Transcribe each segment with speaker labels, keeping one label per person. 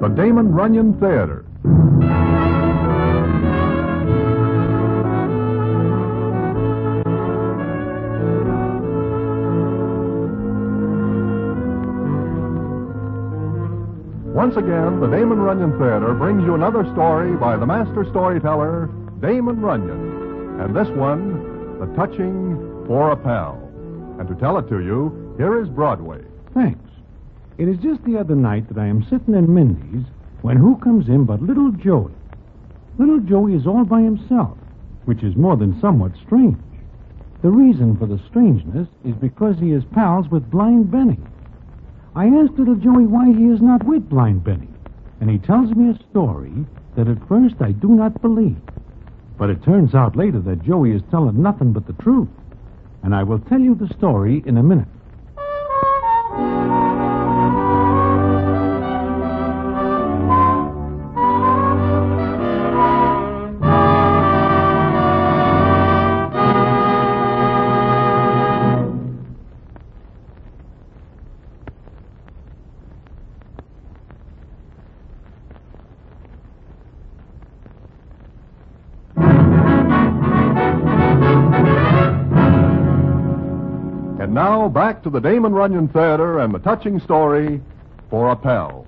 Speaker 1: The Damon Runyon Theater. Once again, the Damon Runyon Theater brings you another story by the master storyteller, Damon Runyon. And this one, The Touching for a Pal. And to tell it to you, here is Broadway.
Speaker 2: Thanks. It is just the other night that I am sitting in Mindy's when who comes in but little Joey. Little Joey is all by himself, which is more than somewhat strange. The reason for the strangeness is because he is pals with Blind Benny. I asked little Joey why he is not with Blind Benny, and he tells me a story that at first I do not believe. But it turns out later that Joey is telling nothing but the truth, and I will tell you the story in a minute.
Speaker 1: And now, back to the Damon Runyon Theater and the touching story for a pal.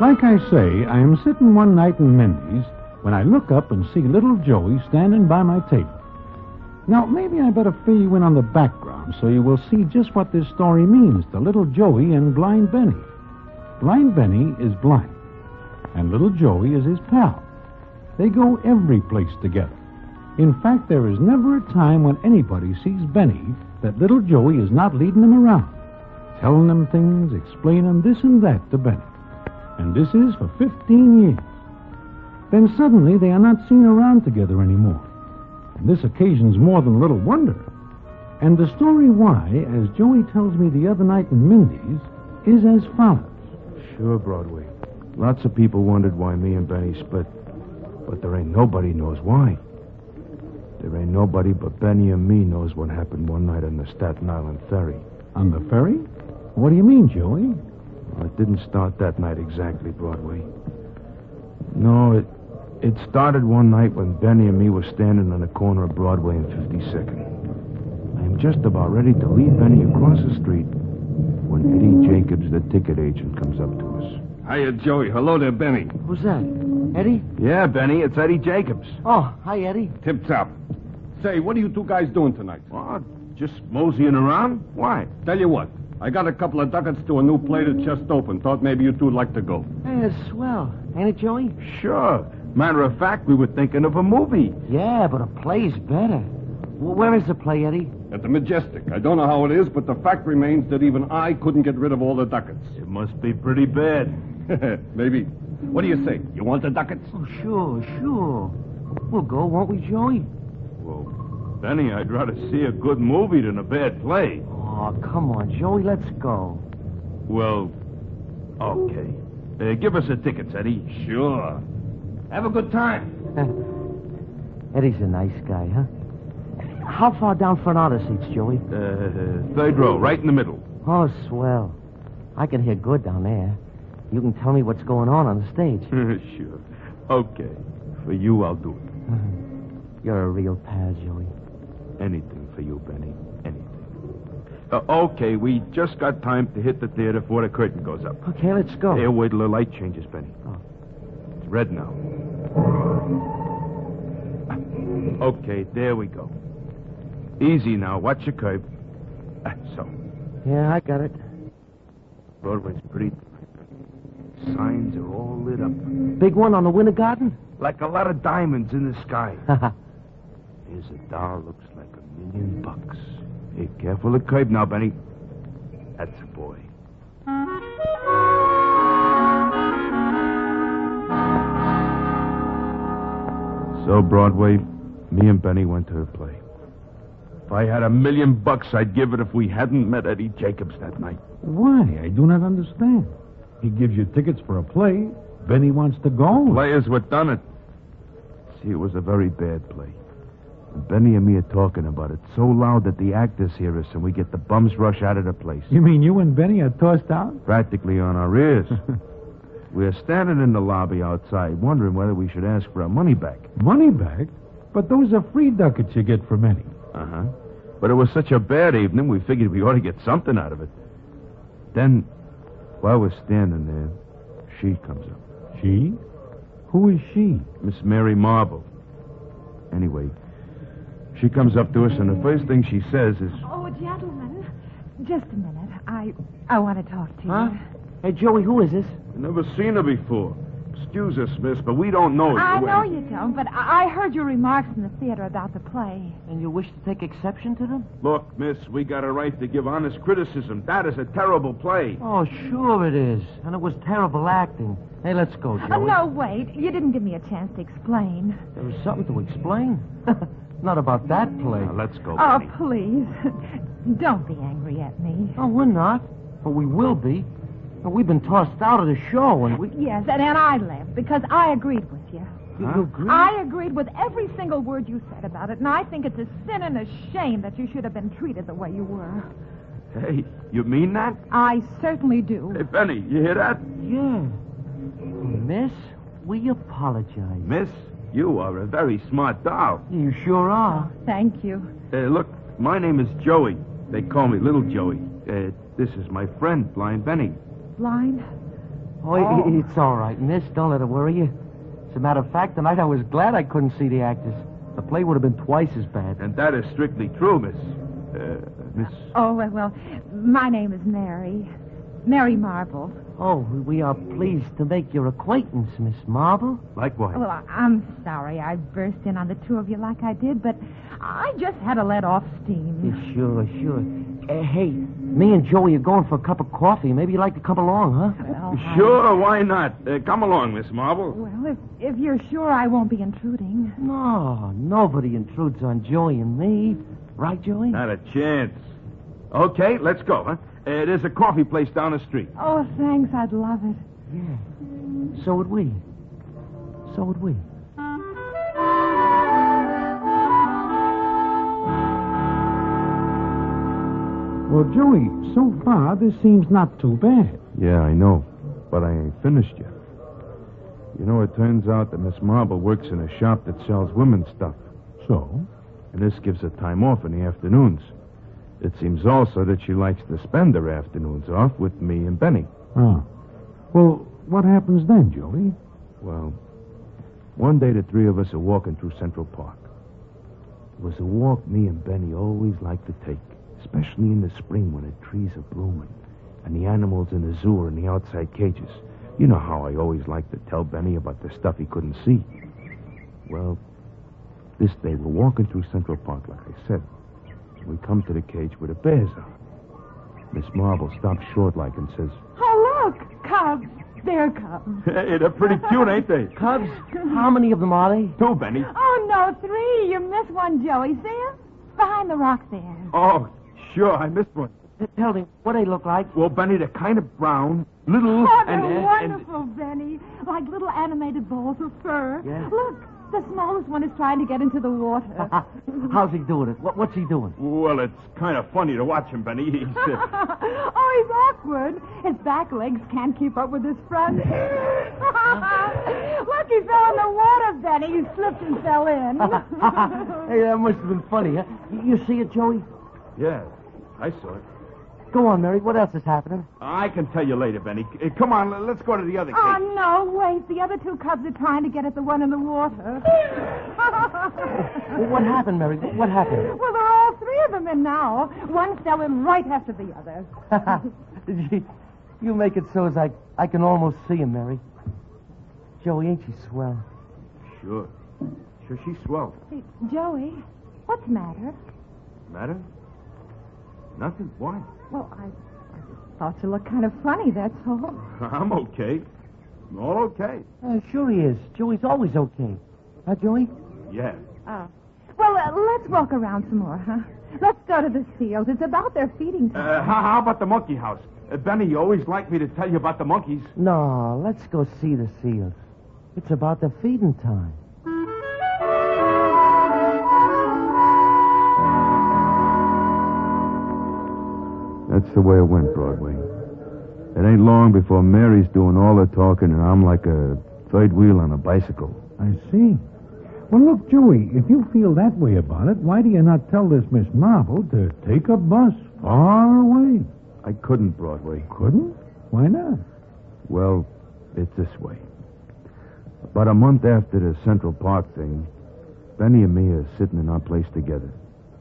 Speaker 2: Like I say, I am sitting one night in Mindy's when I look up and see little Joey standing by my table. Now, maybe I better fill you in on the background so you will see just what this story means to little Joey and Blind Benny. Blind Benny is blind, and little Joey is his pal. They go every place together. In fact, there is never a time when anybody sees Benny that little Joey is not leading him around, telling him things, explaining this and that to Benny. And this is for 15 years. Then suddenly they are not seen around together anymore. And this occasions more than little wonder. And the story why, as Joey tells me the other night in Mindy's, is as follows.
Speaker 3: Sure, Broadway. Lots of people wondered why me and Benny split, but there ain't nobody knows why. There ain't nobody but Benny and me knows what happened one night on the Staten Island ferry.
Speaker 2: On the ferry? What do you mean, Joey?
Speaker 3: Well, it didn't start that night exactly, Broadway. No, it it started one night when Benny and me were standing on the corner of Broadway and 52nd. I'm just about ready to lead Benny across the street when Eddie Jacobs, the ticket agent, comes up to us.
Speaker 4: Hiya, Joey. Hello there, Benny.
Speaker 5: Who's that? Eddie?
Speaker 3: Yeah, Benny, it's Eddie Jacobs.
Speaker 5: Oh, hi, Eddie.
Speaker 4: Tip top. Say, what are you two guys doing tonight?
Speaker 3: What? Just moseying around? Why?
Speaker 4: Tell you what, I got a couple of ducats to a new play that just opened. Thought maybe you two'd like to go.
Speaker 5: Yeah, swell. Ain't it, Joey?
Speaker 3: Sure. Matter of fact, we were thinking of a movie.
Speaker 5: Yeah, but a play's better. W- Where is the play, Eddie?
Speaker 4: At the Majestic. I don't know how it is, but the fact remains that even I couldn't get rid of all the ducats.
Speaker 3: It must be pretty bad.
Speaker 4: maybe. What do you say? You want the ducats?
Speaker 5: Oh, sure, sure. We'll go, won't we, Joey?
Speaker 3: Well, Benny, I'd rather see a good movie than a bad play.
Speaker 5: Oh, come on, Joey, let's go.
Speaker 3: Well, okay. Uh, give us the tickets, Eddie. Sure. Have a good time.
Speaker 5: Eddie's a nice guy, huh? How far down front are the seats, Joey?
Speaker 3: Uh, third row, right in the middle.
Speaker 5: Oh, swell. I can hear good down there. You can tell me what's going on on the stage.
Speaker 3: sure. Okay. For you, I'll do it.
Speaker 5: You're a real pal, Joey.
Speaker 3: Anything for you, Benny. Anything. Uh, okay, we just got time to hit the theater before the curtain goes up.
Speaker 5: Okay, let's go.
Speaker 3: Here, wait till the light changes, Benny.
Speaker 5: Oh.
Speaker 3: It's red now. Uh, Okay, there we go. Easy now. Watch your curve. Ah, So,
Speaker 5: Yeah, I got it.
Speaker 3: Broadway's pretty. Signs are all lit up
Speaker 5: Big one on the Winter Garden?
Speaker 3: like a lot of diamonds in the sky.
Speaker 5: oh,
Speaker 3: Here's a dollar looks like a million bucks. Hey, careful of the curb now, Benny. That's a boy. So, Broadway, me and Benny went to her play. If I had a million bucks, I'd give it if we hadn't met Eddie Jacobs that night.
Speaker 2: Why? I do not understand. He gives you tickets for a play. Then he wants to go.
Speaker 3: Players were done it. See, it was a very bad play. And Benny and me are talking about it so loud that the actors hear us and we get the bums rush out of the place.
Speaker 2: You mean you and Benny are tossed out?
Speaker 3: Practically on our ears. we're standing in the lobby outside, wondering whether we should ask for our money back.
Speaker 2: Money back? But those are free ducats you get from Eddie.
Speaker 3: Uh huh. But it was such a bad evening, we figured we ought to get something out of it. Then, while we're standing there, she comes up.
Speaker 2: She? Who is she?
Speaker 3: Miss Mary Marble. Anyway, she comes up to us, and the first thing she says is,
Speaker 6: Oh, gentlemen, just a minute. I I want to talk to you.
Speaker 5: Huh? Hey, Joey, who is this?
Speaker 3: Never seen her before. Excuse us, miss, but we don't know
Speaker 6: I know you don't, but I I heard your remarks in the theater about the play.
Speaker 5: And you wish to take exception to them?
Speaker 3: Look, miss, we got a right to give honest criticism. That is a terrible play.
Speaker 5: Oh, sure it is. And it was terrible acting. Hey, let's go, Joey.
Speaker 6: Oh, no, wait. You didn't give me a chance to explain.
Speaker 5: There was something to explain. Not about that play.
Speaker 3: Now, let's go,
Speaker 6: Oh,
Speaker 3: Benny.
Speaker 6: please. Don't be angry at me.
Speaker 5: No, we're not. But we will be. But we've been tossed out of the show, and we.
Speaker 6: Yes, and, and I left because I agreed with you.
Speaker 5: You, you agree?
Speaker 6: I agreed with every single word you said about it, and I think it's a sin and a shame that you should have been treated the way you were.
Speaker 3: Hey, you mean that?
Speaker 6: I certainly do.
Speaker 3: Hey, Benny, you hear that?
Speaker 5: Yeah. Miss, we apologize.
Speaker 3: Miss, you are a very smart doll.
Speaker 5: You sure are.
Speaker 6: Thank you.
Speaker 3: Uh, look, my name is Joey. They call me Little Joey. Uh, this is my friend, Blind Benny.
Speaker 6: Blind?
Speaker 5: Oh, it- it's all right, miss. Don't let it worry you. As a matter of fact, tonight I was glad I couldn't see the actors. The play would have been twice as bad.
Speaker 3: And that is strictly true, Miss. Uh, miss.
Speaker 6: Oh, well, well, my name is Mary. Mary Marble.
Speaker 5: Oh, we are pleased to make your acquaintance, Miss Marble.
Speaker 3: Likewise.
Speaker 6: Well, I- I'm sorry I burst in on the two of you like I did, but I just had to let off steam.
Speaker 5: Yeah, sure, sure. Uh, hey, me and Joey are going for a cup of coffee. Maybe you'd like to come along, huh?
Speaker 6: Well, I-
Speaker 3: Mm. Sure, why not? Uh, come along, Miss Marble.
Speaker 6: well, if, if you're sure I won't be intruding.
Speaker 5: No, nobody intrudes on Joey and me. Right, Joey?
Speaker 3: Not a chance. Okay, let's go, huh? Uh, there's a coffee place down the street.
Speaker 6: Oh, thanks, I'd love it.
Speaker 5: Yeah. So would we. So would we.
Speaker 2: Well, Joey, so far this seems not too bad.
Speaker 3: Yeah, I know. But I ain't finished yet. You know, it turns out that Miss Marble works in a shop that sells women's stuff.
Speaker 2: So?
Speaker 3: and this gives her time off in the afternoons. It seems also that she likes to spend her afternoons off with me and Benny.
Speaker 2: Ah. Well, what happens then, Joey?
Speaker 3: Well, one day the three of us are walking through Central Park. It was a walk me and Benny always liked to take, especially in the spring when the trees are blooming and the animals in the zoo are in the outside cages. You know how I always liked to tell Benny about the stuff he couldn't see. Well, this day we're walking through Central Park, like I said. We come to the cage where the bears are. Miss Marble stops short like and says,
Speaker 6: Oh, look, Cubs. They're Cubs.
Speaker 3: Hey, they're pretty cute, ain't they?
Speaker 5: Cubs, how many of them are they?
Speaker 3: Too, Benny.
Speaker 6: Oh, no, three. You missed one, Joey. See 'em? Behind the rock there.
Speaker 3: Oh, sure, I missed one.
Speaker 5: T- Tell me what they look like.
Speaker 3: Well, Benny, they're kind of brown, little,
Speaker 6: Oh, they're
Speaker 3: and, and- and-
Speaker 6: wonderful, Benny. Like little animated balls of fur.
Speaker 5: Yes.
Speaker 6: Look, the smallest one is trying to get into the water.
Speaker 5: Ah, How's he doing it? What, what's he doing?
Speaker 3: well, it's kind of funny to watch him, Benny. He's, uh,
Speaker 6: oh, he's awkward. His back legs can't keep up with his front. Look, he fell in the water, Benny. He slipped and fell in.
Speaker 5: hey, that must have been funny, huh? You, you see it, Joey?
Speaker 3: yeah, I saw it.
Speaker 5: Go on, Mary. What else is happening?
Speaker 3: I can tell you later, Benny. C- Come on, l- let's go to the other
Speaker 6: oh,
Speaker 3: cage.
Speaker 6: no, wait. The other two cubs are trying to get at the one in the water.
Speaker 5: Well, What happened, Mary? What what happened?
Speaker 6: well, there are all three of them in now. One fell in right after the other.
Speaker 5: Gee, you make it so as I, I can almost see him, Mary. Joey, ain't she swell?
Speaker 3: Sure. Sure, she swelled.
Speaker 6: Hey, Joey, what's the matter?
Speaker 3: Matter? Nothing. Why?
Speaker 6: Well, I, I just thought you looked kind of funny, that's all.
Speaker 3: I'm okay. I'm all okay.
Speaker 5: Uh, sure he is. Joey's always okay. Huh, Joey?
Speaker 3: Yeah.
Speaker 6: Ah. Well, uh, let's walk around some more, huh? Let's go to the seals. It's about their feeding time.
Speaker 7: Uh, how, how about the monkey house? Uh, Benny, you always like me to tell you about the monkeys.
Speaker 5: No, let's go see the seals. It's about the feeding time.
Speaker 3: That's the way it went, Broadway. It ain't long before Mary's doing all the talking, and I'm like a third wheel on a bicycle.
Speaker 2: I see. Well, look, Joey, if you feel that way about it, why do you not tell this Miss Marvel to take a bus far away?
Speaker 3: I couldn't, Broadway.
Speaker 2: Couldn't? Why not?
Speaker 3: Well, it's this way. About a month after the Central Park thing, Benny and me are sitting in our place together.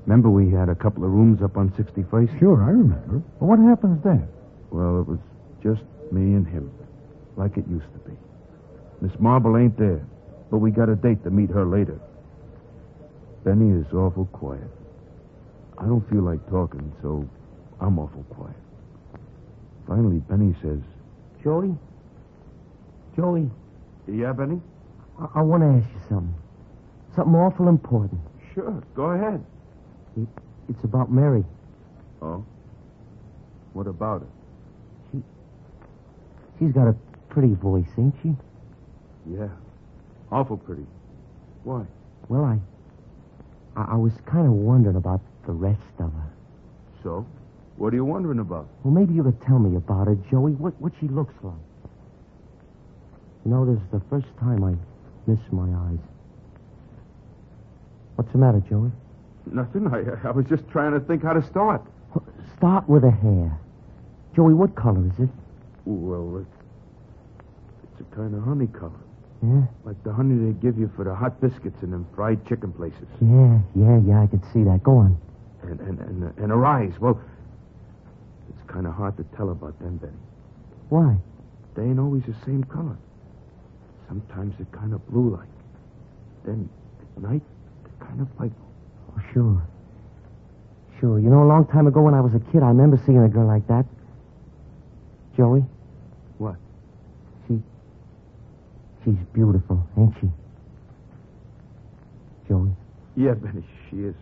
Speaker 3: Remember, we had a couple of rooms up on 61st?
Speaker 2: Sure, I remember. But what happens then?
Speaker 3: Well, it was just me and him, like it used to be. Miss Marble ain't there, but we got a date to meet her later. Benny is awful quiet. I don't feel like talking, so I'm awful quiet. Finally, Benny says,
Speaker 5: Joey? Joey,
Speaker 7: Yeah, Benny?
Speaker 5: I, I want to ask you something. Something awful important.
Speaker 7: Sure, go ahead.
Speaker 5: It's about Mary.
Speaker 3: Oh? What about it?
Speaker 5: She's got a pretty voice, ain't she?
Speaker 3: Yeah. Awful pretty. Why?
Speaker 5: Well, I. I, I was kind of wondering about the rest of her.
Speaker 3: So? What are you wondering about?
Speaker 5: Well, maybe you could tell me about her, Joey. What what she looks like. You know, this is the first time I miss my eyes. What's the matter, Joey?
Speaker 7: Nothing. I, I was just trying to think how to start.
Speaker 5: Start with the hair. Joey, what color is it?
Speaker 3: Well, it's, it's a kind of honey color.
Speaker 5: Yeah,
Speaker 3: Like the honey they give you for the hot biscuits in them fried chicken places.
Speaker 5: yeah, yeah, yeah. I could see that. Go on.
Speaker 3: And, and, and, and her eyes. Well, it's kind of hard to tell about them, Benny.
Speaker 5: Why?
Speaker 3: They ain't always the same color. Sometimes they're kind of blue like. Then at night, they're kind of like.
Speaker 5: Oh, sure. Sure. You know, a long time ago when I was a kid, I remember seeing a girl like that. Joey?
Speaker 3: What?
Speaker 5: She. She's beautiful, ain't she? Joey,
Speaker 3: Yeah, Benny, she is.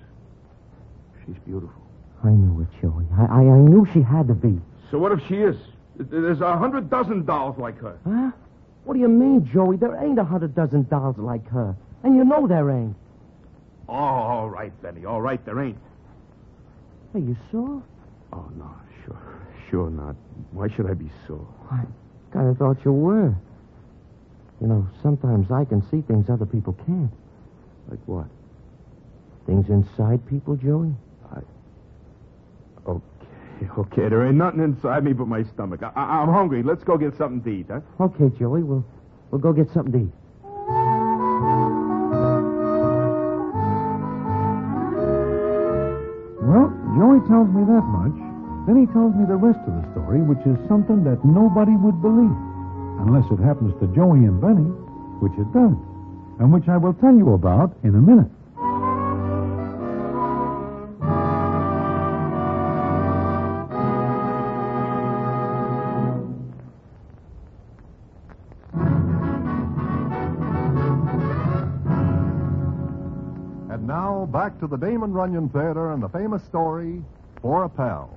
Speaker 3: She's beautiful.
Speaker 5: I knew it, Joey. I, I, I knew she had to be.
Speaker 7: So what if she is? There's a hundred dozen dolls like her.
Speaker 5: Huh? What do you mean, Joey? There ain't a hundred dozen dolls like her. And you know there ain't.
Speaker 7: Oh, all right, Benny. All right, there ain't.
Speaker 5: Are you sure?
Speaker 3: Oh, no, sure. Sure not. Why should I be sore?
Speaker 5: I kind of thought you were. You know, sometimes I can see things other people can't.
Speaker 3: Like what?
Speaker 5: Things inside people, Joey?
Speaker 7: Okay, okay. There ain't nothing inside me but my stomach. I, I, I'm hungry. Let's go get something to eat, huh?
Speaker 5: Okay, Joey, we'll, we'll go get something to eat.
Speaker 2: Well, Joey tells me that much. Then he tells me the rest of the story, which is something that nobody would believe, unless it happens to Joey and Benny, which it does, and which I will tell you about in a minute.
Speaker 1: And now back to the Damon Runyon Theater and the famous story, For a Pal.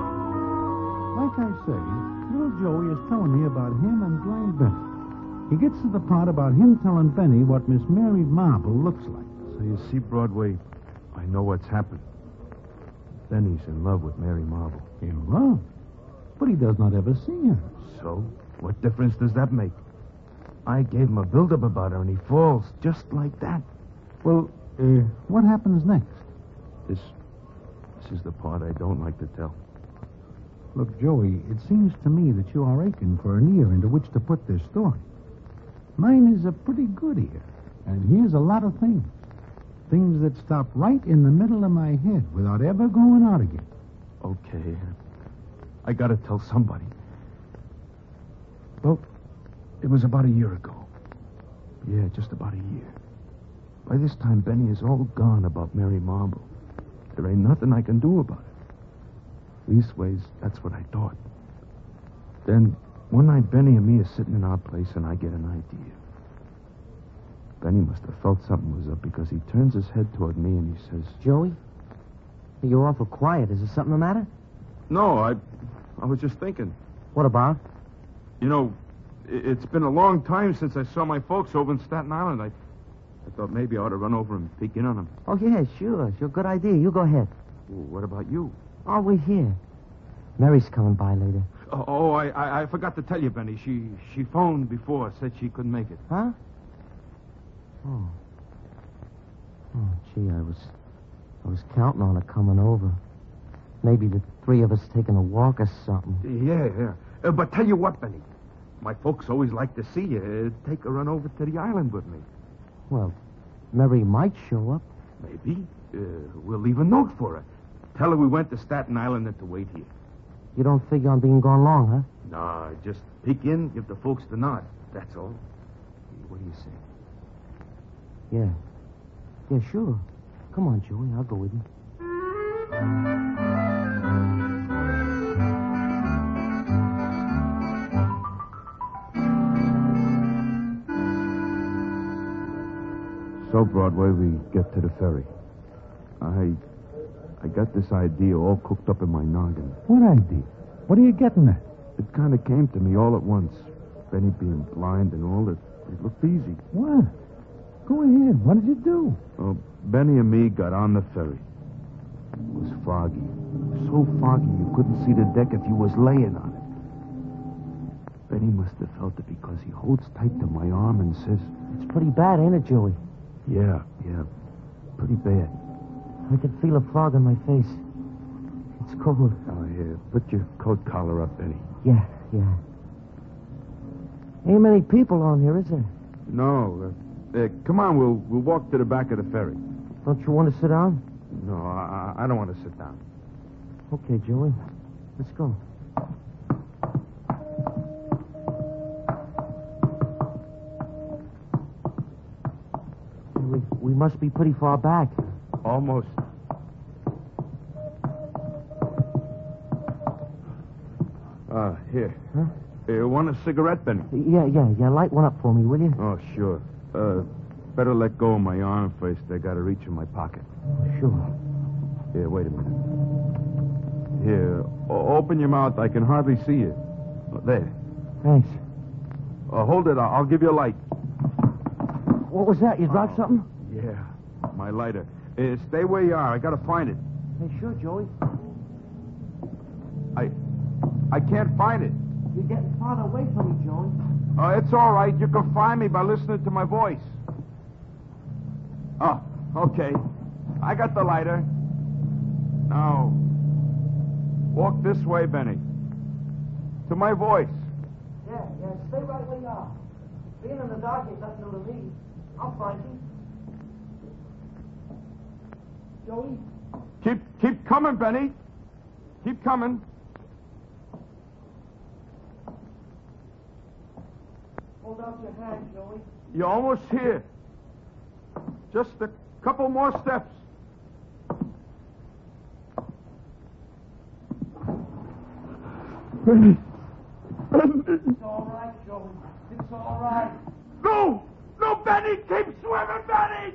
Speaker 2: Like I say, little Joey is telling me about him and Blind Benny. He gets to the part about him telling Benny what Miss Mary Marble looks like.
Speaker 3: So you see, Broadway, I know what's happened. Then he's in love with Mary Marvel.
Speaker 2: In love. But he does not ever see her.
Speaker 3: So, what difference does that make? I gave him a buildup about her, and he falls just like that.
Speaker 2: Well, uh, what happens next?
Speaker 3: This, this is the part I don't like to tell.
Speaker 2: Look, Joey, it seems to me that you are aching for an ear into which to put this story. Mine is a pretty good ear, and here's a lot of things. Things that stop right in the middle of my head without ever going out again.
Speaker 3: Okay, I gotta tell somebody. Well, it was about a year ago. Yeah, just about a year. By this time, Benny is all gone about Mary Marble. There ain't nothing I can do about it. Leastways, that's what I thought. Then
Speaker 7: One night, Benny and me are sitting in our place, and I get an idea. Benny must have felt something was up because he turns his head toward me and he says,
Speaker 5: Joey? Hey, You're awful quiet. Is there something the matter?
Speaker 3: No, I, I was just thinking.
Speaker 5: What about?
Speaker 3: You know, i- it's been a long time since I saw my folks over in Staten Island. I, I thought maybe I ought to run over and peek in on them.
Speaker 5: Oh, yeah, sure. Sure, good idea. You go ahead.
Speaker 3: what about you?
Speaker 5: Oh, we're here. Mary's coming by later.
Speaker 3: Oh, oh, I, I, I forgot to tell you, Benny. She, she phoned before, said she couldn't make it.
Speaker 5: Huh? Oh. Oh, gee, I was I was counting on her coming over. Maybe the three of us taking a walk or something.
Speaker 3: Yeah, yeah. Uh, but tell you what, Benny. My folks always like to see you. Uh, take a run over to the island with me.
Speaker 5: Well, Mary might show up.
Speaker 3: Maybe. Uh, we'll leave a note for her. Tell her we went to Staten Island and to wait here.
Speaker 5: You don't figure on being gone long, huh?
Speaker 3: Nah, just peek in, give the folks the nod. That's all. What do you say?
Speaker 5: Yeah. Yeah, sure. Come on, Joey. I'll go with you.
Speaker 7: So, Broadway, we get to the ferry. I. I got this idea all cooked up in my noggin.
Speaker 2: What idea? What are you getting at?
Speaker 7: It kind of came to me all at once. Benny being blind and all, it, it looked easy.
Speaker 2: What? Go ahead. What did you do?
Speaker 7: Well, Benny and me got on the ferry. It was foggy. So foggy you couldn't see the deck if you was laying on it. Benny must have felt it because he holds tight to my arm and says,
Speaker 5: It's pretty bad, ain't it, Joey?
Speaker 7: Yeah, yeah, pretty bad.
Speaker 5: I can feel a fog on my face. It's cold.
Speaker 7: Oh, here, put your coat collar up, Benny.
Speaker 5: Yeah, yeah. Ain't many people on here, is there?
Speaker 3: No. Uh, uh, come on, we'll, we'll walk to the back of the ferry.
Speaker 5: Don't you want to sit down?
Speaker 3: No, I, I I don't want to sit down.
Speaker 5: Okay, Joey. Let's go. We, we must be pretty far back.
Speaker 3: Almost. Uh, here.
Speaker 5: Huh?
Speaker 3: Uh, want a cigarette, Benny?
Speaker 5: Yeah, yeah, yeah. Light one up for me, will you?
Speaker 3: Oh, sure. Uh, better let go of my arm first. I got to reach in my pocket.
Speaker 5: Sure.
Speaker 3: Here, wait a minute. Here, o- open your mouth. I can hardly see you. Oh, There.
Speaker 5: Thanks.
Speaker 3: Uh, hold it. I- I'll give you a light.
Speaker 5: What was that? You dropped something?
Speaker 3: Yeah, my lighter. Uh, stay where you are. I got to find it.
Speaker 5: Hey, sure, Joey.
Speaker 3: I, I can't find it.
Speaker 5: You're getting farther away from me, Joey.
Speaker 3: Uh, it's all right. You can find me by listening to my voice. Oh, okay. I got the lighter. Now, walk this way, Benny. To my voice.
Speaker 5: Yeah, yeah. Stay right where you are. Being in the dark ain't nothing new to me. I'll find you. Joey?
Speaker 3: Keep, keep coming, Benny. Keep coming.
Speaker 5: Hold out your hand, Joey.
Speaker 3: You're almost here. Just a couple more steps.
Speaker 5: It's all right, Joey. It's all right.
Speaker 3: No! No, Benny! Keep swimming, Benny!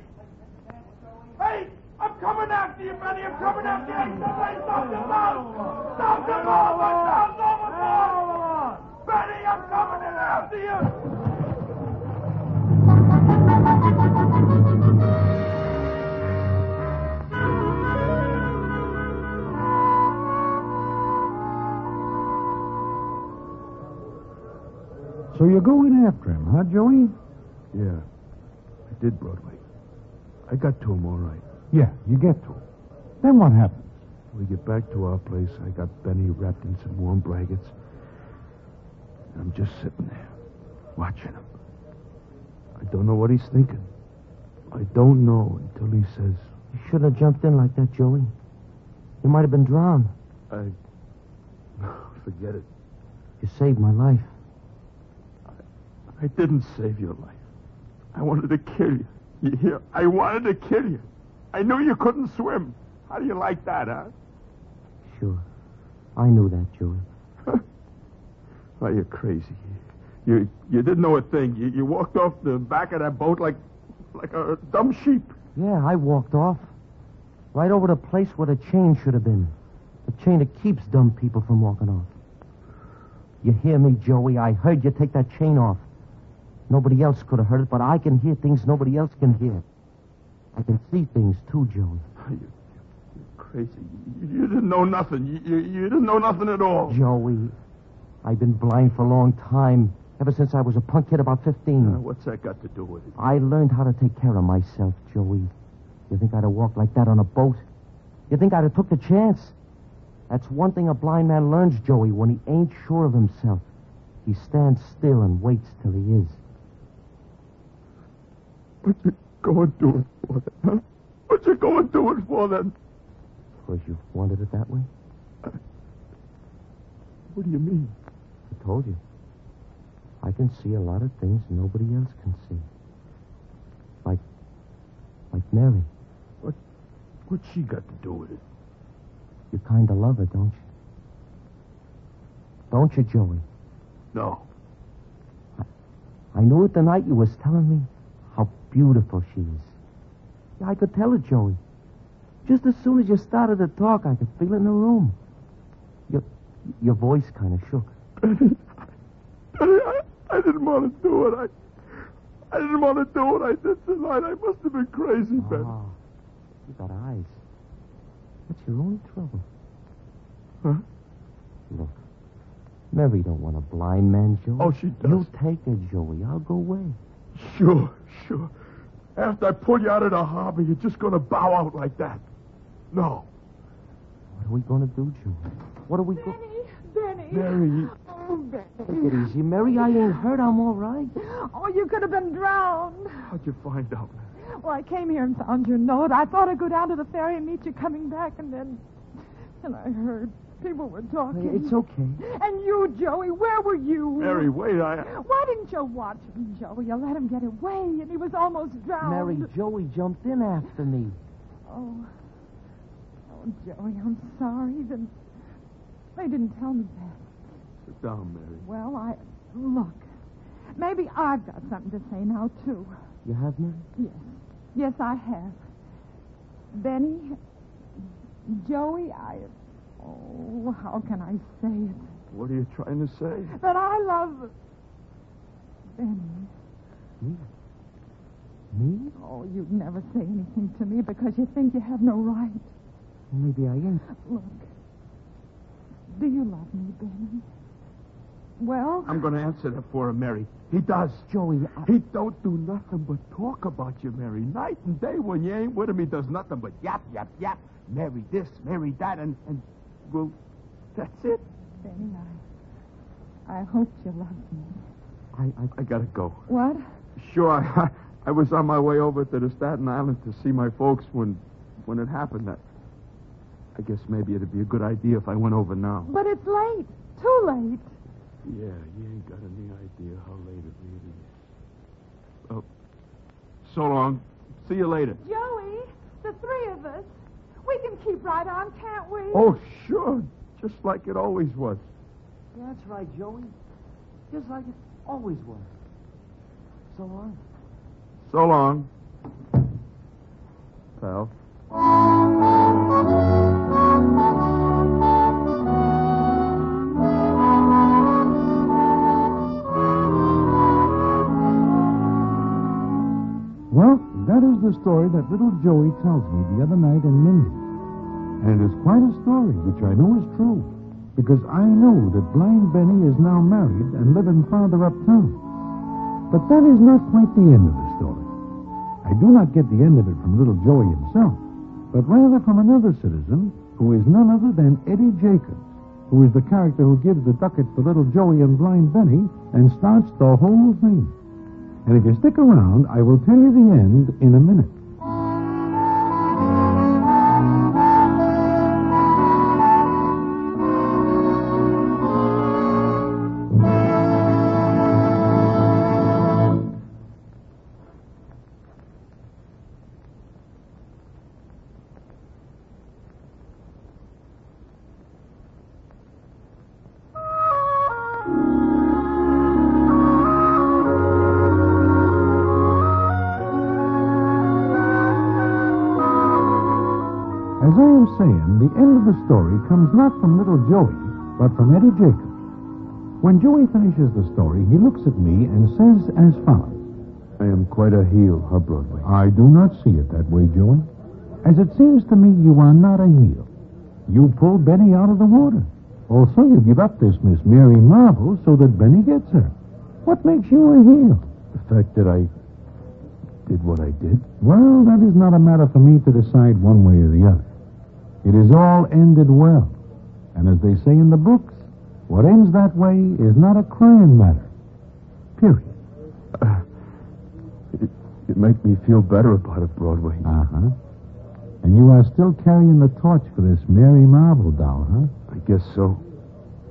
Speaker 3: Hey! I'm coming after you, Benny! I'm coming after you! Somebody stop the boat! Stop the boat! Stop the boat! Benny, I'm coming in after you!
Speaker 2: So you go in after him, huh, Joey?
Speaker 7: Yeah, I did, Broadway. I got to him all right.
Speaker 2: Yeah, you get to him. Then what happens?
Speaker 7: We get back to our place. I got Benny wrapped in some warm blankets. And I'm just sitting there, watching him. I don't know what he's thinking. I don't know until he says,
Speaker 5: You shouldn't have jumped in like that, Joey. You might have been drowned.
Speaker 7: I. Forget it.
Speaker 5: You saved my life.
Speaker 7: I didn't save your life. I wanted to kill you. You hear? I wanted to kill you. I knew you couldn't swim. How do you like that, huh?
Speaker 5: Sure. I knew that, Joey.
Speaker 3: Oh, you're crazy. You you didn't know a thing. You, you walked off the back of that boat like like a dumb sheep.
Speaker 5: Yeah, I walked off. Right over the place where the chain should have been. The chain that keeps dumb people from walking off. You hear me, Joey? I heard you take that chain off. Nobody else could have heard it, but I can hear things nobody else can hear. I can see things too, Joey.
Speaker 3: Crazy. You, you didn't know nothing. You, you, you didn't know nothing at all.
Speaker 5: Joey, I've been blind for a long time, ever since I was a punk kid about 15.
Speaker 3: Now, what's that got to do with it?
Speaker 5: I learned how to take care of myself, Joey. You think I'd have walked like that on a boat? You think I'd have took the chance? That's one thing a blind man learns, Joey, when he ain't sure of himself. He stands still and waits till he is.
Speaker 3: What you go and do it for then? Huh? What you go and do it for then?
Speaker 5: Because you wanted it that way?
Speaker 3: What do you mean?
Speaker 5: I told you. I can see a lot of things nobody else can see. Like, like Mary.
Speaker 3: What's she got to do with it?
Speaker 5: You kind of love her, don't you? Don't you, Joey?
Speaker 3: No.
Speaker 5: I knew it the night you was telling me how beautiful she is. Yeah, I could tell it, Joey. Just as soon as you started to talk, I could feel it in the room. Your, your voice kind of shook.
Speaker 3: Betty, I, I didn't want to do it. I I didn't want to do what I did tonight. I must have been crazy, Betty.
Speaker 5: Oh, you got eyes. That's your only trouble.
Speaker 3: Huh?
Speaker 5: Look, Mary don't want a blind man, Joey.
Speaker 3: Oh, she does.
Speaker 5: You take her, Joey. I'll go away.
Speaker 3: Sure, sure. After I pull you out of the harbor, you're just going to bow out like that. No.
Speaker 5: What are we going to do, Joey? What are we going...
Speaker 6: Benny.
Speaker 3: Mary,
Speaker 6: Oh, Benny.
Speaker 5: Take it easy, Mary. I ain't hurt. I'm all right.
Speaker 6: Oh, you could have been drowned.
Speaker 3: how'd you find out?
Speaker 6: Well, I came here and found your note. I thought I'd go down to the ferry and meet you coming back, and then. And I heard people were talking.
Speaker 5: It's okay.
Speaker 6: And you, Joey, where were you?
Speaker 3: Mary, wait, I...
Speaker 6: Why didn't you watch him, Joey? You let him get away, and he was almost
Speaker 5: Mary,
Speaker 3: Oh,
Speaker 6: drowned.
Speaker 5: Joey jumped in after me.
Speaker 6: Oh. Oh, Joey, I'm sorry. Then they didn't tell me that.
Speaker 3: Sit down, oh, Mary.
Speaker 6: Well, I look. Maybe I've got something to say now too.
Speaker 5: You have Mary?
Speaker 6: Yes. Yes, I have. Benny, Joey, I. Oh, how can I say it?
Speaker 3: What are you trying to say?
Speaker 6: That I love. Benny.
Speaker 5: Me?
Speaker 6: Oh, you'd never say anything to me because you think you have no right.
Speaker 5: Maybe I ain't.
Speaker 6: Look. Do you love me, Benny? Well,
Speaker 3: I'm going to answer that for her, Mary. He does.
Speaker 5: Joey, I...
Speaker 3: He don't do nothing but talk about you, Mary. Night and day when you ain't with him, he does nothing but yap, yap, yap. Mary this, Mary that, and, and well, that's it.
Speaker 6: Benny, I. I hoped you loved me.
Speaker 5: I, I...
Speaker 3: I gotta go.
Speaker 6: What?
Speaker 3: Sure, I, I was on my way over to the Staten Island to see my folks when, when it happened. That I guess maybe it'd be a good idea if I went over now.
Speaker 6: But it's late. Too late.
Speaker 3: Yeah, you ain't got any idea how late it really is. Oh, so long. See you later.
Speaker 6: Joey, the three of us. We can keep right on, can't we?
Speaker 3: Oh, sure, just like it always was.
Speaker 5: That's right, Joey. Just like it always was. So long.
Speaker 3: So long, pal.
Speaker 2: Well, that is the story that little Joey tells me the other night in Mindy. And it is quite a story, which I know is true, because I know that Blind Benny is now married and living farther uptown. But that is not quite the end of the story. I do not get the end of it from little Joey himself, but rather from another citizen who is none other than Eddie Jacobs, who is the character who gives the ducats to little Joey and Blind Benny and starts the whole thing. And if you stick around, I will tell you the end in a minute. As I am saying, the end of the story comes not from little Joey, but from Eddie Jacobs. When Joey finishes the story, he looks at me and says as follows
Speaker 3: I am quite a heel, huh, Broadway?
Speaker 2: I do not see it that way, Joey. As it seems to me, you are not a heel. You pull Benny out of the water. Also, you give up this Miss Mary Marvel so that Benny gets her. What makes you a heel?
Speaker 3: The fact that I did what I did.
Speaker 2: Well, that is not a matter for me to decide one way or the other. It is all ended well. And as they say in the books, what ends that way is not a crying matter. Period.
Speaker 3: Uh, It makes me feel better about it, Broadway.
Speaker 2: Uh huh. And you are still carrying the torch for this Mary Marvel doll, huh?
Speaker 3: I guess so.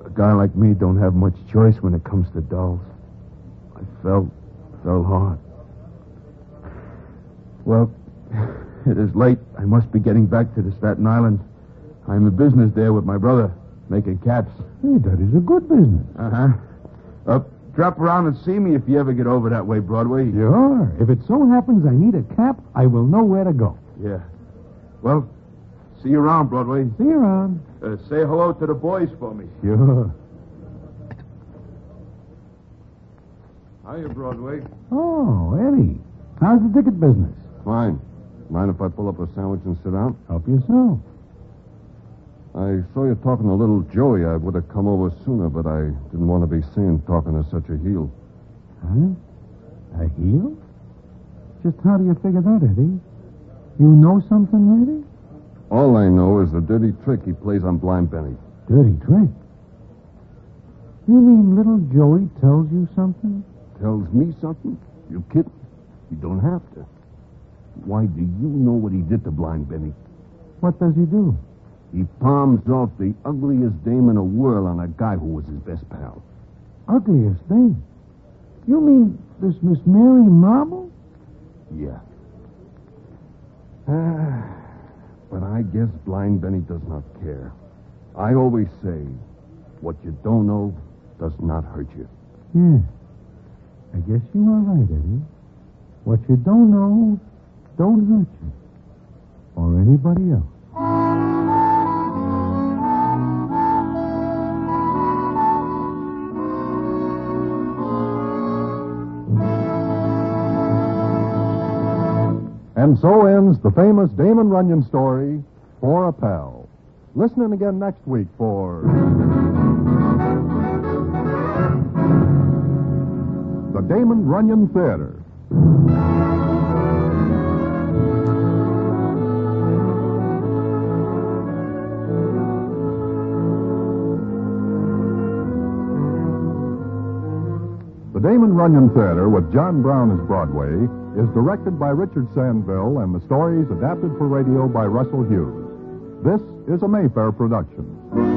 Speaker 3: A guy like me don't have much choice when it comes to dolls. I fell, fell hard. Well, it is late. I must be getting back to the Staten Island. I'm in business there with my brother, making caps.
Speaker 2: Hey, that is a good business.
Speaker 3: Uh-huh. Uh, drop around and see me if you ever get over that way, Broadway.
Speaker 2: Sure. If it so happens I need a cap, I will know where to go.
Speaker 3: Yeah. Well, see you around, Broadway.
Speaker 2: See you around.
Speaker 3: Uh, say hello to the boys for me.
Speaker 2: Sure.
Speaker 3: Hiya, Broadway.
Speaker 2: Oh, Eddie. How's the ticket business?
Speaker 4: Fine. Mind if I pull up a sandwich and sit down?
Speaker 2: Help yourself.
Speaker 4: I saw you talking to little Joey. I would have come over sooner, but I didn't want to be seen talking to such a heel.
Speaker 2: Huh? A heel? Just how do you figure that, Eddie? You know something, lady?
Speaker 4: All I know is the dirty trick he plays on Blind Benny.
Speaker 2: Dirty trick. You mean little Joey tells you something?
Speaker 4: Tells me something? You kidding? You don't have to. Why do you know what he did to Blind Benny?
Speaker 2: What does he do?
Speaker 4: He palms off the ugliest dame in the world on a guy who was his best pal.
Speaker 2: Ugliest thing. You mean this Miss Mary Marble?
Speaker 4: Yeah. Ah, but I guess Blind Benny does not care. I always say, what you don't know does not hurt you.
Speaker 2: Yes. I guess you are right, Eddie. What you don't know, don't hurt you. Or anybody else.
Speaker 1: And so ends the famous Damon Runyon story, For a Pal. Listen in again next week for. The Damon Runyon Theater. The Damon Runyon Theater with John Brown as Broadway is directed by Richard Sandville and the stories adapted for radio by Russell Hughes. This is a Mayfair production.